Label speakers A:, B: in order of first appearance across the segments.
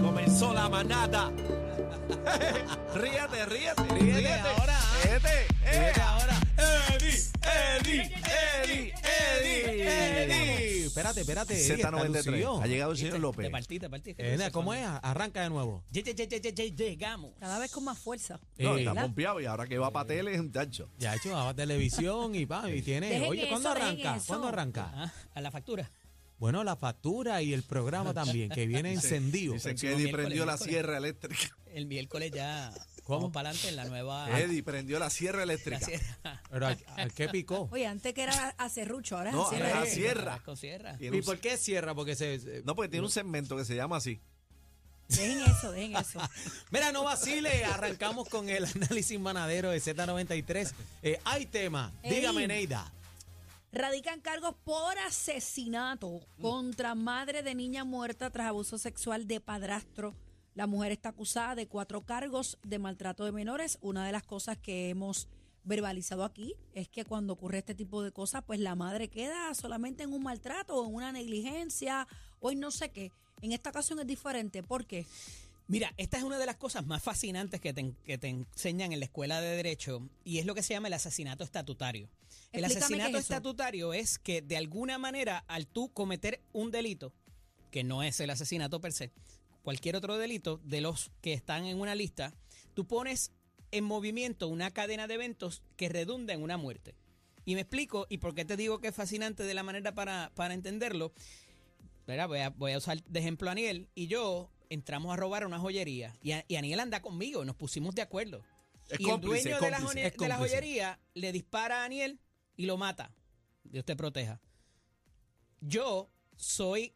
A: comenzó la manada. ríete, ríete, ríete.
B: ahora, ah.
A: Ríete,
B: Ríete
A: eh.
B: ahora.
A: Eddie, Eddie, Eddie, Eddie, Eddie.
B: Eddie. Espérate, espérate. Eddie, está lucido.
A: Z93. Ha llegado el señor
B: Te
A: López.
B: partí, te partí.
C: Eh, nena, ¿Cómo es? Arranca de nuevo.
B: Ye- ye- ye- ye- ye- ye- Llegamos.
D: Cada vez con más fuerza.
A: No,
C: Eh,
A: está
D: ¿verdad?
A: pompeado y ahora que va para tele es un tacho.
C: Ya ha hecho ah, a televisión y pa, y tiene.
D: Dejen
C: Oye, ¿cuándo
D: eso, dejen
C: arranca?
D: eso.
C: ¿Cuándo arranca?
B: Ah, a la factura.
C: Bueno, la factura y el programa también, que viene encendido.
A: Dicen que
B: Próximo
A: Eddie
B: miércoles,
A: prendió la
B: miércoles.
A: sierra eléctrica.
B: El miércoles ya.
C: ¿Cómo?
B: Vamos para adelante en la nueva.
A: Eddie prendió la sierra
B: Ah. la
A: eléctrica.
B: sierra.
C: Pero ¿al, al qué picó?
D: Oye, antes que era acerrucho, ahora es
A: No,
D: acerrucho.
A: ahora La es así.
B: Sí,
A: sierra.
B: vas Con sierra.
A: Tiene
C: ¿Y
A: un-
C: por qué cierra? Porque se. se-
A: No, porque tiene un segmento que se llama así.
D: Dejen eso, dejen eso.
C: Mira, no vacile. Arrancamos con el análisis manadero de Z93. Eh, hay tema.
D: Ey.
C: Dígame, Neida.
D: Radican cargos por asesinato contra madre de niña muerta tras abuso sexual de padrastro. La mujer está acusada de cuatro cargos de maltrato de menores. Una de las cosas que hemos verbalizado aquí es que cuando ocurre este tipo de cosas, pues la madre queda solamente en un maltrato o en una negligencia o en no sé qué. En esta ocasión es diferente. ¿Por qué?
B: Mira, esta es una de las cosas más fascinantes que te, en- que te enseñan en la escuela de Derecho y es lo que se llama el asesinato estatutario. El
D: Explícame
B: asesinato
D: qué es eso.
B: estatutario es que de alguna manera al tú cometer un delito, que no es el asesinato per se, cualquier otro delito de los que están en una lista, tú pones en movimiento una cadena de eventos que redunda en una muerte. Y me explico, y por qué te digo que es fascinante de la manera para, para entenderlo. Espera, voy a, voy a usar de ejemplo a Aniel y yo entramos a robar a una joyería y, a- y Aniel anda conmigo, nos pusimos de acuerdo.
A: Es
B: y
A: cómplice,
B: el dueño
A: es
B: de la,
A: cómplice,
B: joye-
C: es
B: de la
C: cómplice.
B: joyería le dispara a Aniel y lo mata. Dios te proteja. Yo soy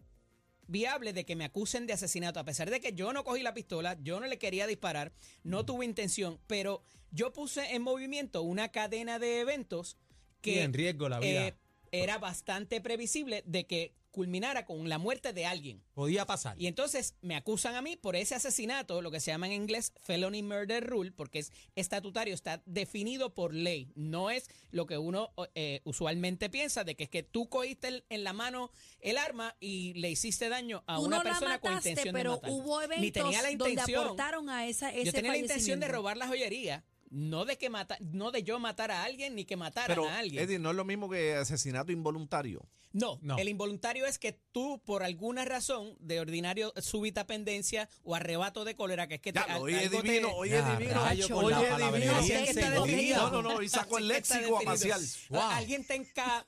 B: viable de que me acusen de asesinato, a pesar de que yo no cogí la pistola, yo no le quería disparar, no tuve intención, pero yo puse en movimiento una cadena de eventos
C: Que
B: que
C: en riesgo la vida.
B: eh, era bastante previsible de que culminara con la muerte de alguien.
C: Podía pasar.
B: Y entonces me acusan a mí por ese asesinato, lo que se llama en inglés felony murder rule, porque es estatutario, está definido por ley. No es lo que uno eh, usualmente piensa de que es que tú cogiste el- en la mano el arma y le hiciste daño a
D: Tú
B: una
D: no la
B: persona con
D: mataste,
B: intención
D: pero
B: de matar.
D: hubo
B: Ni
D: eventos
B: tenía la
D: donde
B: intención.
D: aportaron a esa, ese
B: Yo tenía la intención de
D: fallecimiento.
B: robar la joyería, no de que mata, no de yo matar a alguien ni que mataran
A: Pero,
B: a alguien.
A: Eddie, no es lo mismo que asesinato involuntario.
B: No,
C: No.
B: el involuntario es que tú, por alguna razón de ordinario súbita pendencia o arrebato de cólera, que es que te-
A: Ya,
B: Este, al-
A: hoy es
B: algo te-
A: divino, hoy es
C: Ya,
A: divino.
C: rayo, con
A: Hoy
C: la
A: es
C: palabrería
A: divino.
B: en
D: segundo.
A: No, no, no, y sacó
B: Así
A: el
B: que está
A: léxico a
B: definido.
A: marcial.
C: Wow.
B: Alguien te, enca,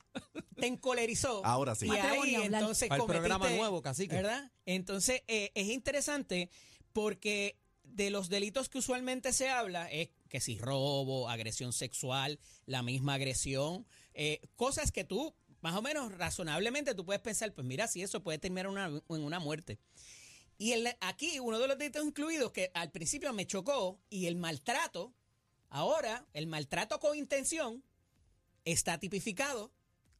B: te encolerizó.
A: Ahora sí.
B: Y
D: Me atrevo
B: ahí,
D: ni a hablar.
B: entonces
C: Para el
B: cometiste-
C: programa nuevo, cacique.
B: ¿Verdad? Entonces eh, es interesante porque de los delitos que usualmente se habla es que si robo, agresión sexual, la misma agresión, eh, cosas que tú, más o menos razonablemente, tú puedes pensar, pues mira, si eso puede terminar una- en una muerte. Y el- aquí uno de los delitos incluidos que al principio me chocó y el maltrato, ahora el maltrato con intención está tipificado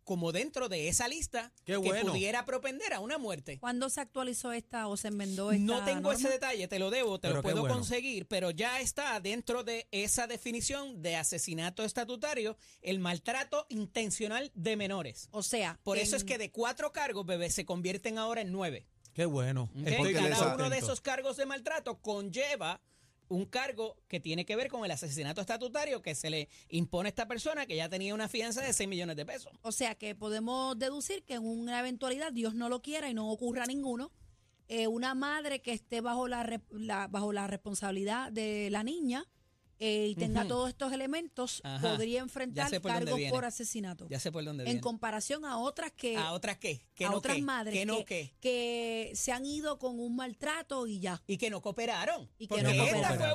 B: como dentro de esa lista
C: Qué
B: que
C: bueno.
B: pudiera propender a una muerte.
D: ¿Cuándo se actualizó esta o se enmendó esta?
B: No tengo ese
D: norma?
B: detalle, te lo debo, te
C: Pero
B: lo
C: qué
B: puedo
C: bueno.
B: conseguir, pero ya está dentro de esa definición de asesinato estatutario el maltrato intencional de menores.
D: O sea,
B: Por
D: en-
B: eso es que de cuatro cargos, bebé, se convierten ahora en nueve.
C: Qué bueno.
B: ¿ok?
C: Estoy
A: Porque les-
B: Cada uno de
C: contento.
B: esos cargos de maltrato conlleva un cargo que tiene que ver con el asesinato estatutario que se le impone a esta persona que ya tenía una fianza de 6 millones de pesos.
D: o sea que podemos deducir que en una eventualidad Dios no lo quiera y no ocurra ninguno. eh, una madre que esté bajo la, re- la- bajo la responsabilidad de la niña eh, y tenga
B: Ujú.
D: todos estos elementos
B: Ajá. Ya
D: podría enfrentar
B: sé por dónde
D: cargos
B: viene.
D: por asesinato.
B: Ya sé por dónde
D: En
B: viene.
D: comparación a otras que
B: ¿A otras qué? ¿Qué
D: a
B: no
D: otras
B: qué?
D: madres
B: ¿Qué no
D: que-
B: qué?
D: que se han ido con un maltrato y ya.
B: Y que no cooperaron.
D: Y que
B: Porque
C: no
B: esta
C: cooperaron.
B: fue